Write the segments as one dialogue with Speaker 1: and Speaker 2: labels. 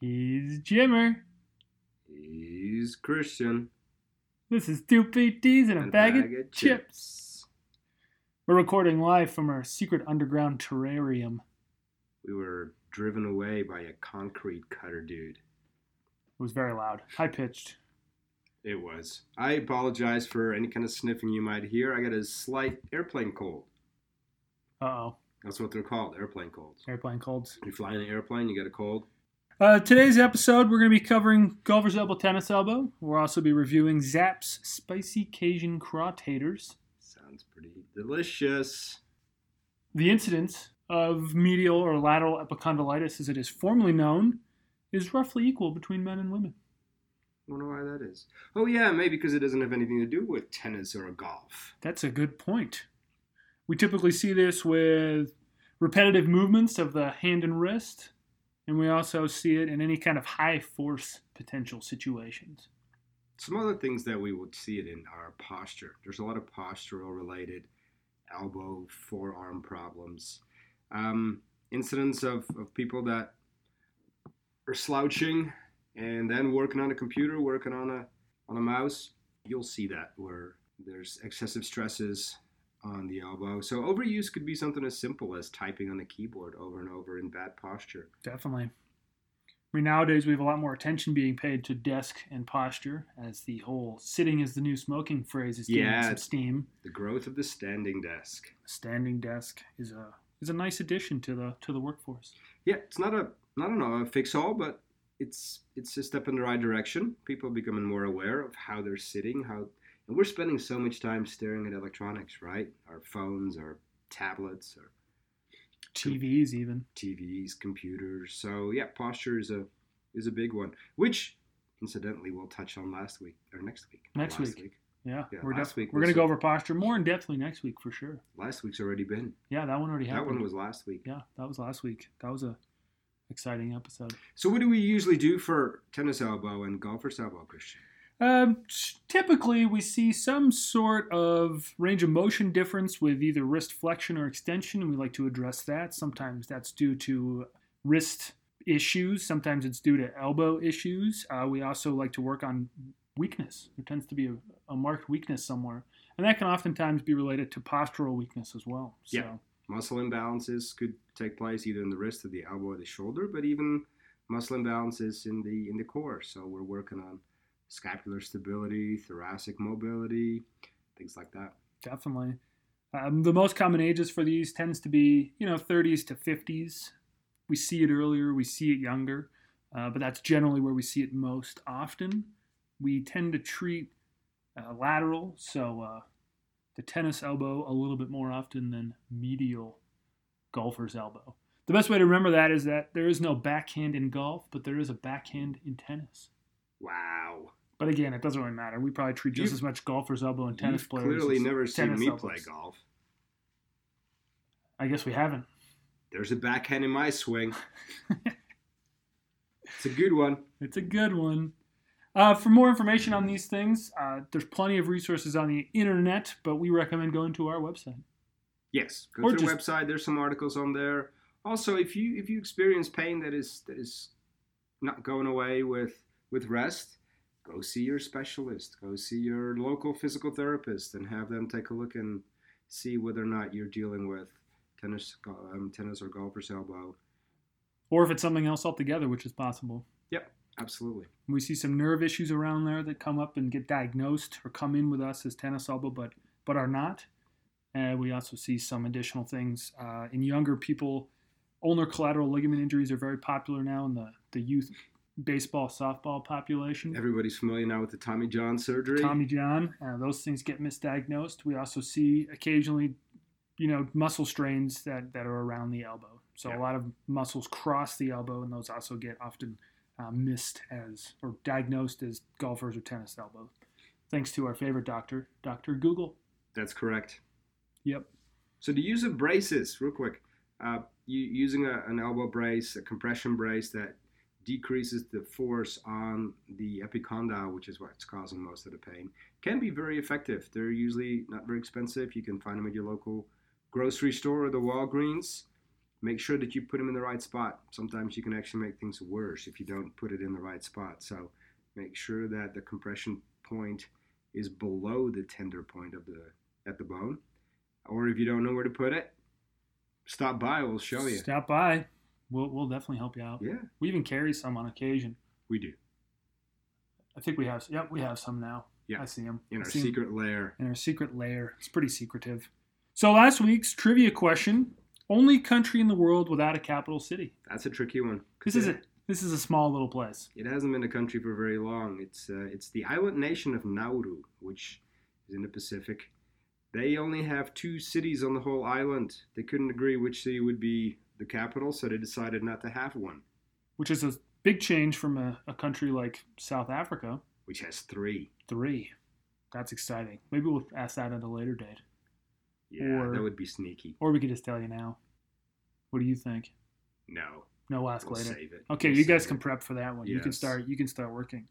Speaker 1: He's Jimmer.
Speaker 2: He's Christian.
Speaker 1: This is two PTs and a bag, of chips. We're recording live from our secret underground terrarium.
Speaker 2: We were driven away by a concrete cutter dude.
Speaker 1: It was very loud, high pitched.
Speaker 2: It was. I apologize for any kind of sniffing you might hear. I got a slight airplane cold.
Speaker 1: Uh oh,
Speaker 2: That's what they're called, airplane colds.
Speaker 1: airplane colds.
Speaker 2: You fly in an airplane, you get a cold.
Speaker 1: Uh, today's episode, we're going to be covering Gulliver's Elbow Tennis Elbow. We'll also be reviewing Zapp's Spicy Cajun Craw Taters.
Speaker 2: Sounds pretty delicious.
Speaker 1: The incidence of medial or lateral epicondylitis, as it is formally known, is roughly equal between men and women.
Speaker 2: Wonder why that is. Oh yeah, maybe because it doesn't have anything to do with tennis or golf.
Speaker 1: That's a good point. We typically see this with repetitive movements of the hand and wrist, and we also see it in any kind of high force potential situations.
Speaker 2: Some other things that we would see it in are posture. There's a lot of postural related elbow, forearm problems. Um, incidents of, of people that are slouching and then working on a computer, working on a on a mouse. You'll see that where there's excessive stresses on the elbow. So overuse could be something as simple as typing on a keyboard over and over in bad posture.
Speaker 1: Definitely. I mean, nowadays we have a lot more attention being paid to desk and posture, as the whole "sitting is the new smoking" phrase is gaining
Speaker 2: Yeah.
Speaker 1: some steam.
Speaker 2: The growth of the standing desk.
Speaker 1: A standing desk is a is a nice addition to the to the workforce.
Speaker 2: yeah, it's not a I don't know a fix all, but it's it's a step in the right direction. People are becoming more aware of how they're sitting, how and we're spending so much time staring at electronics, right? Our phones, our tablets, our
Speaker 1: TVs, even.
Speaker 2: TVs, computers. So yeah, posture is a is a big one, which incidentally we'll touch on last week or next week.
Speaker 1: Next
Speaker 2: Last
Speaker 1: week. Yeah,
Speaker 2: Yeah,
Speaker 1: we're
Speaker 2: last
Speaker 1: definitely
Speaker 2: week
Speaker 1: we're
Speaker 2: was-
Speaker 1: gonna go over posture more in depthly next week for sure.
Speaker 2: Last week's already been.
Speaker 1: Yeah, that one already
Speaker 2: That
Speaker 1: happened.
Speaker 2: one was last week.
Speaker 1: yeah, that was last week. That was a exciting episode.
Speaker 2: So what do we usually do for tennis elbow and golfer's elbow, Christian?
Speaker 1: Um, t- typically, we see some sort of range of motion difference with either wrist flexion or extension, and we like to address that. Sometimes that's due to wrist issues, sometimes it's due to elbow issues. Uh, we also like to work on weakness. There tends to be a, a marked weakness somewhere, and that can oftentimes be related to postural weakness as well. So,
Speaker 2: Yeah. Muscle imbalances could take place either in the wrist or the elbow or the shoulder, but even muscle imbalances in the in the core. So we're working on scapular stability, thoracic mobility, things like that.
Speaker 1: Definitely. Um, the most common ages for these tends to be, you know, 30s to 50s. We see it earlier, we see it younger, uh, but that's generally where we see it most often. We tend to treat uh, lateral, so uh, the tennis elbow, a little bit more often than medial golfer's elbow. The best way to remember that is that there is no backhand in golf, but there is a backhand in tennis.
Speaker 2: Wow.
Speaker 1: But again, it doesn't really matter. We probably treat just
Speaker 2: You've-
Speaker 1: as much golfer's elbow and tennis
Speaker 2: You've
Speaker 1: players.
Speaker 2: clearly
Speaker 1: as
Speaker 2: never seen
Speaker 1: tennis
Speaker 2: me
Speaker 1: elbows.
Speaker 2: play golf.
Speaker 1: I guess we haven't.
Speaker 2: There's a backhand in my swing. it's a good one.
Speaker 1: It's a good one. Uh, for more information on these things, uh, there's plenty of resources on the internet, but we recommend going to our website.
Speaker 2: Yes, go
Speaker 1: Or
Speaker 2: to
Speaker 1: just-
Speaker 2: the website. There's some articles on there. Also, if you if you experience pain that is that is not going away with with rest, go see your specialist. Go see your local physical therapist and have them take a look and see whether or not you're dealing with tennis go- um, tennis or golfer's elbow.
Speaker 1: Or if it's something else altogether, which is possible.
Speaker 2: Absolutely.
Speaker 1: We see some nerve issues around there that come up and get diagnosed or come in with us as tennis elbow, but but are not. And we also see some additional things uh, in younger people. Ulnar collateral ligament injuries are very popular now in the, the youth baseball, softball population.
Speaker 2: Everybody's familiar now with the Tommy John surgery.
Speaker 1: Tommy John. Uh, those things get misdiagnosed. We also see occasionally, you know, muscle strains that, that are around the elbow. So
Speaker 2: Yeah.
Speaker 1: a lot of muscles cross the elbow, and those also get often uh, missed as or diagnosed as golfers or tennis elbow, thanks to our favorite doctor, Doctor Google.
Speaker 2: That's correct.
Speaker 1: Yep.
Speaker 2: So the use of braces, real quick, uh, you, using a, an elbow brace, a compression brace that decreases the force on the epicondyle, which is what's causing most of the pain, can be very effective. They're usually not very expensive. You can find them at your local grocery store or the Walgreens. make sure that you put them in the right spot. Sometimes you can actually make things worse if you don't put it in the right spot. So make sure that the compression point is below the tender point of the at the bone. Or if you don't know where to put it, stop by. We'll show you.
Speaker 1: Stop by. We'll, we'll definitely help you out.
Speaker 2: Yeah,
Speaker 1: We even carry some on occasion.
Speaker 2: we do.
Speaker 1: I think we have. Yep, we have some now.
Speaker 2: Yeah.
Speaker 1: I see them
Speaker 2: In our secret lair.
Speaker 1: In our secret layer. It's pretty secretive. So last week's trivia question: Only country in the world without a capital city.
Speaker 2: That's a tricky one.
Speaker 1: This is a this is a small little place.
Speaker 2: It hasn't been a country for very long. It's uh, it's the island nation of Nauru, which is in the Pacific. They only have two cities on the whole island. They couldn't agree which city would be the capital, so they decided not to have one,
Speaker 1: which is a big change from a, a country like South Africa.
Speaker 2: which has three.
Speaker 1: Three. That's exciting. Maybe we'll ask that at a later date.
Speaker 2: Yeah,
Speaker 1: Or-
Speaker 2: that would be sneaky.
Speaker 1: Or we could just tell you now. What do you think?
Speaker 2: No,
Speaker 1: No, we'll ask
Speaker 2: we'll
Speaker 1: later.
Speaker 2: save it.
Speaker 1: Okay,
Speaker 2: We'll
Speaker 1: you
Speaker 2: save
Speaker 1: guys
Speaker 2: it.
Speaker 1: can prep for that one. You can
Speaker 2: Yes.
Speaker 1: start you can start working.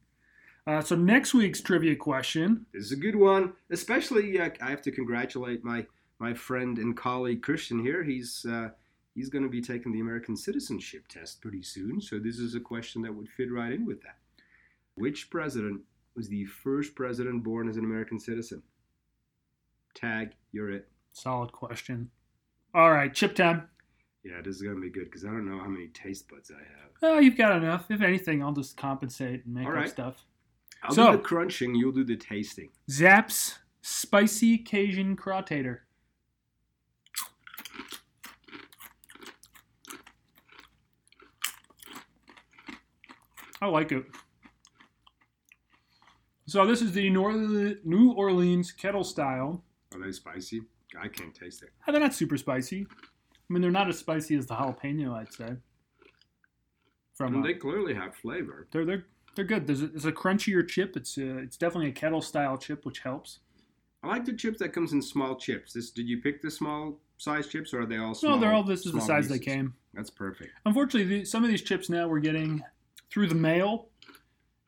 Speaker 1: Uh, so next week's trivia question.
Speaker 2: This is a good one, especially uh, I have to congratulate my my friend and colleague Christian here. He's uh, he's going to be taking the American citizenship test pretty soon, so this is a question that would fit right in with that. Which president was the first president born as an American citizen? Tag, you're it.
Speaker 1: Solid question. All right, chip time.
Speaker 2: Yeah, this is going to be good because I don't know how many taste buds I have.
Speaker 1: Oh, you've got enough. If anything, I'll just compensate and make
Speaker 2: All
Speaker 1: up
Speaker 2: right.
Speaker 1: stuff.
Speaker 2: I'll
Speaker 1: So-
Speaker 2: do the crunching, you'll do the tasting.
Speaker 1: Zaps spicy Cajun crawtater. I like it. So this is the Nor- New Orleans kettle style.
Speaker 2: Are they spicy? I can't taste it.
Speaker 1: Ah, they're not super spicy. I mean, they're not as spicy as the jalapeno, I'd say. From
Speaker 2: And
Speaker 1: uh,
Speaker 2: they clearly have flavor.
Speaker 1: they're they're they're good. There's a, it's a crunchier chip. It's a, it's definitely a kettle style chip, which helps.
Speaker 2: I like the chips that comes in small chips. This did you pick the small size chips or are they all small?
Speaker 1: no, they're all this is the
Speaker 2: small
Speaker 1: size they
Speaker 2: pieces?
Speaker 1: came.
Speaker 2: That's perfect.
Speaker 1: Unfortunately, the, some of these chips now we're getting through the mail,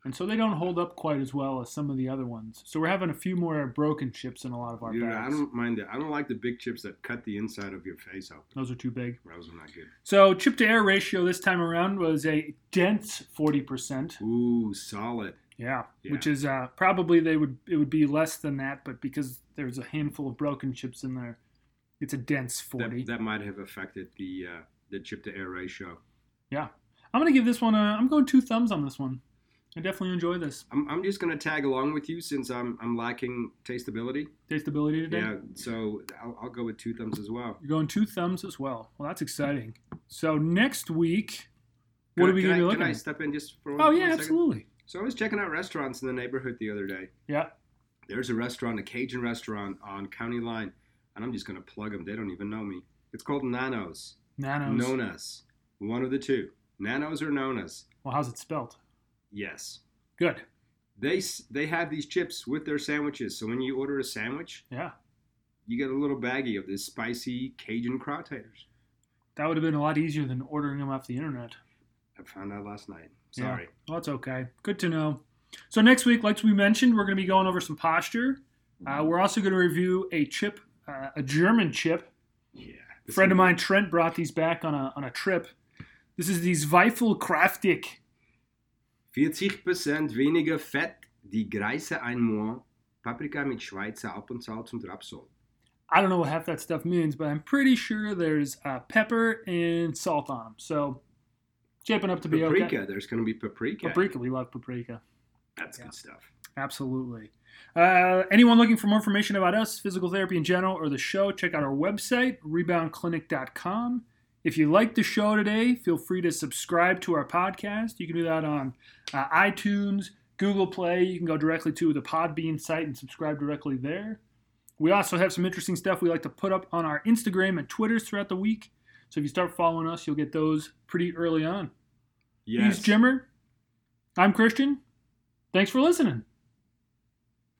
Speaker 1: and so they don't hold up quite as well as some of the other ones. So we're having a few more broken chips in a lot of our
Speaker 2: Dude, I
Speaker 1: bags.
Speaker 2: don't mind that. I don't like the big chips that cut the inside of your face open.
Speaker 1: Those are too big.
Speaker 2: Those are not good.
Speaker 1: So chip to air ratio this time around was a dense forty percent.
Speaker 2: Ooh, solid.
Speaker 1: Yeah,
Speaker 2: Yeah.
Speaker 1: which is uh, probably they would it would be less than that, but because there's a handful of broken chips in there, it's a dense forty.
Speaker 2: That, that might have affected the uh, the chip to air ratio.
Speaker 1: I'm gonna give this one. A, I'm going two thumbs on this one. I definitely enjoy this
Speaker 2: I'm, I'm just gonna tag along with you since I'm I'm lacking tasteability.
Speaker 1: tasteability today.
Speaker 2: Yeah, so I'll, I'll go with two thumbs as well.
Speaker 1: You're going two thumbs as well. Well, that's exciting. So next week, what are
Speaker 2: Can-
Speaker 1: we going
Speaker 2: can
Speaker 1: to
Speaker 2: I-
Speaker 1: be
Speaker 2: Can
Speaker 1: looking
Speaker 2: I
Speaker 1: at?
Speaker 2: step in just for one
Speaker 1: Oh
Speaker 2: one
Speaker 1: yeah,
Speaker 2: second?
Speaker 1: absolutely.
Speaker 2: So I was checking out restaurants in the neighborhood the other day.
Speaker 1: Yeah,
Speaker 2: there's a restaurant, a Cajun restaurant on County Line, and I'm just gonna plug them. They don't even know me. It's called Nanos,
Speaker 1: nanos.
Speaker 2: Nonas, one of the two. Nanos or Nonas?
Speaker 1: Well, how's it spelled?
Speaker 2: Yes.
Speaker 1: Good.
Speaker 2: They s- they have these chips with their sandwiches. So when you order a sandwich,
Speaker 1: Yeah,
Speaker 2: you get a little baggie of this spicy Cajun crowtaters.
Speaker 1: that would have been a lot easier than ordering them off the internet.
Speaker 2: I found out last night.
Speaker 1: Yeah.
Speaker 2: Sorry.
Speaker 1: Well, that's okay. Good to know. So next week, like we mentioned, we're going to be going over some posture. Uh, we're also going to review a chip, uh, a German chip.
Speaker 2: Yeah.
Speaker 1: A friend of mine, Trent, brought these back on a on a trip. This is these Weifel Kraftig.
Speaker 2: 40% weniger Fett, die Greise ein Moin, Paprika mit Schweizer Alpensalz und Rapsol.
Speaker 1: I don't know what half that stuff means, but I'm pretty sure there's uh, pepper and salt on them. So shaping up to be
Speaker 2: Paprika.
Speaker 1: okay.
Speaker 2: There's gonna be paprika.
Speaker 1: Paprika, we love paprika.
Speaker 2: That's
Speaker 1: Yeah.
Speaker 2: good stuff.
Speaker 1: Absolutely. Uh, anyone looking for more information about us, physical therapy in general, or the show, check out our website, reboundclinic.com. If you like the show today, feel free to subscribe to our podcast. You can do that on uh, iTunes, Google Play. You can go directly to the Podbean site and subscribe directly there. We also have some interesting stuff we like to put up on our Instagram and Twitters throughout the week. So if you start following us, you'll get those pretty early on.
Speaker 2: Yes.
Speaker 1: He's Jimmer. I'm Christian. Thanks for listening.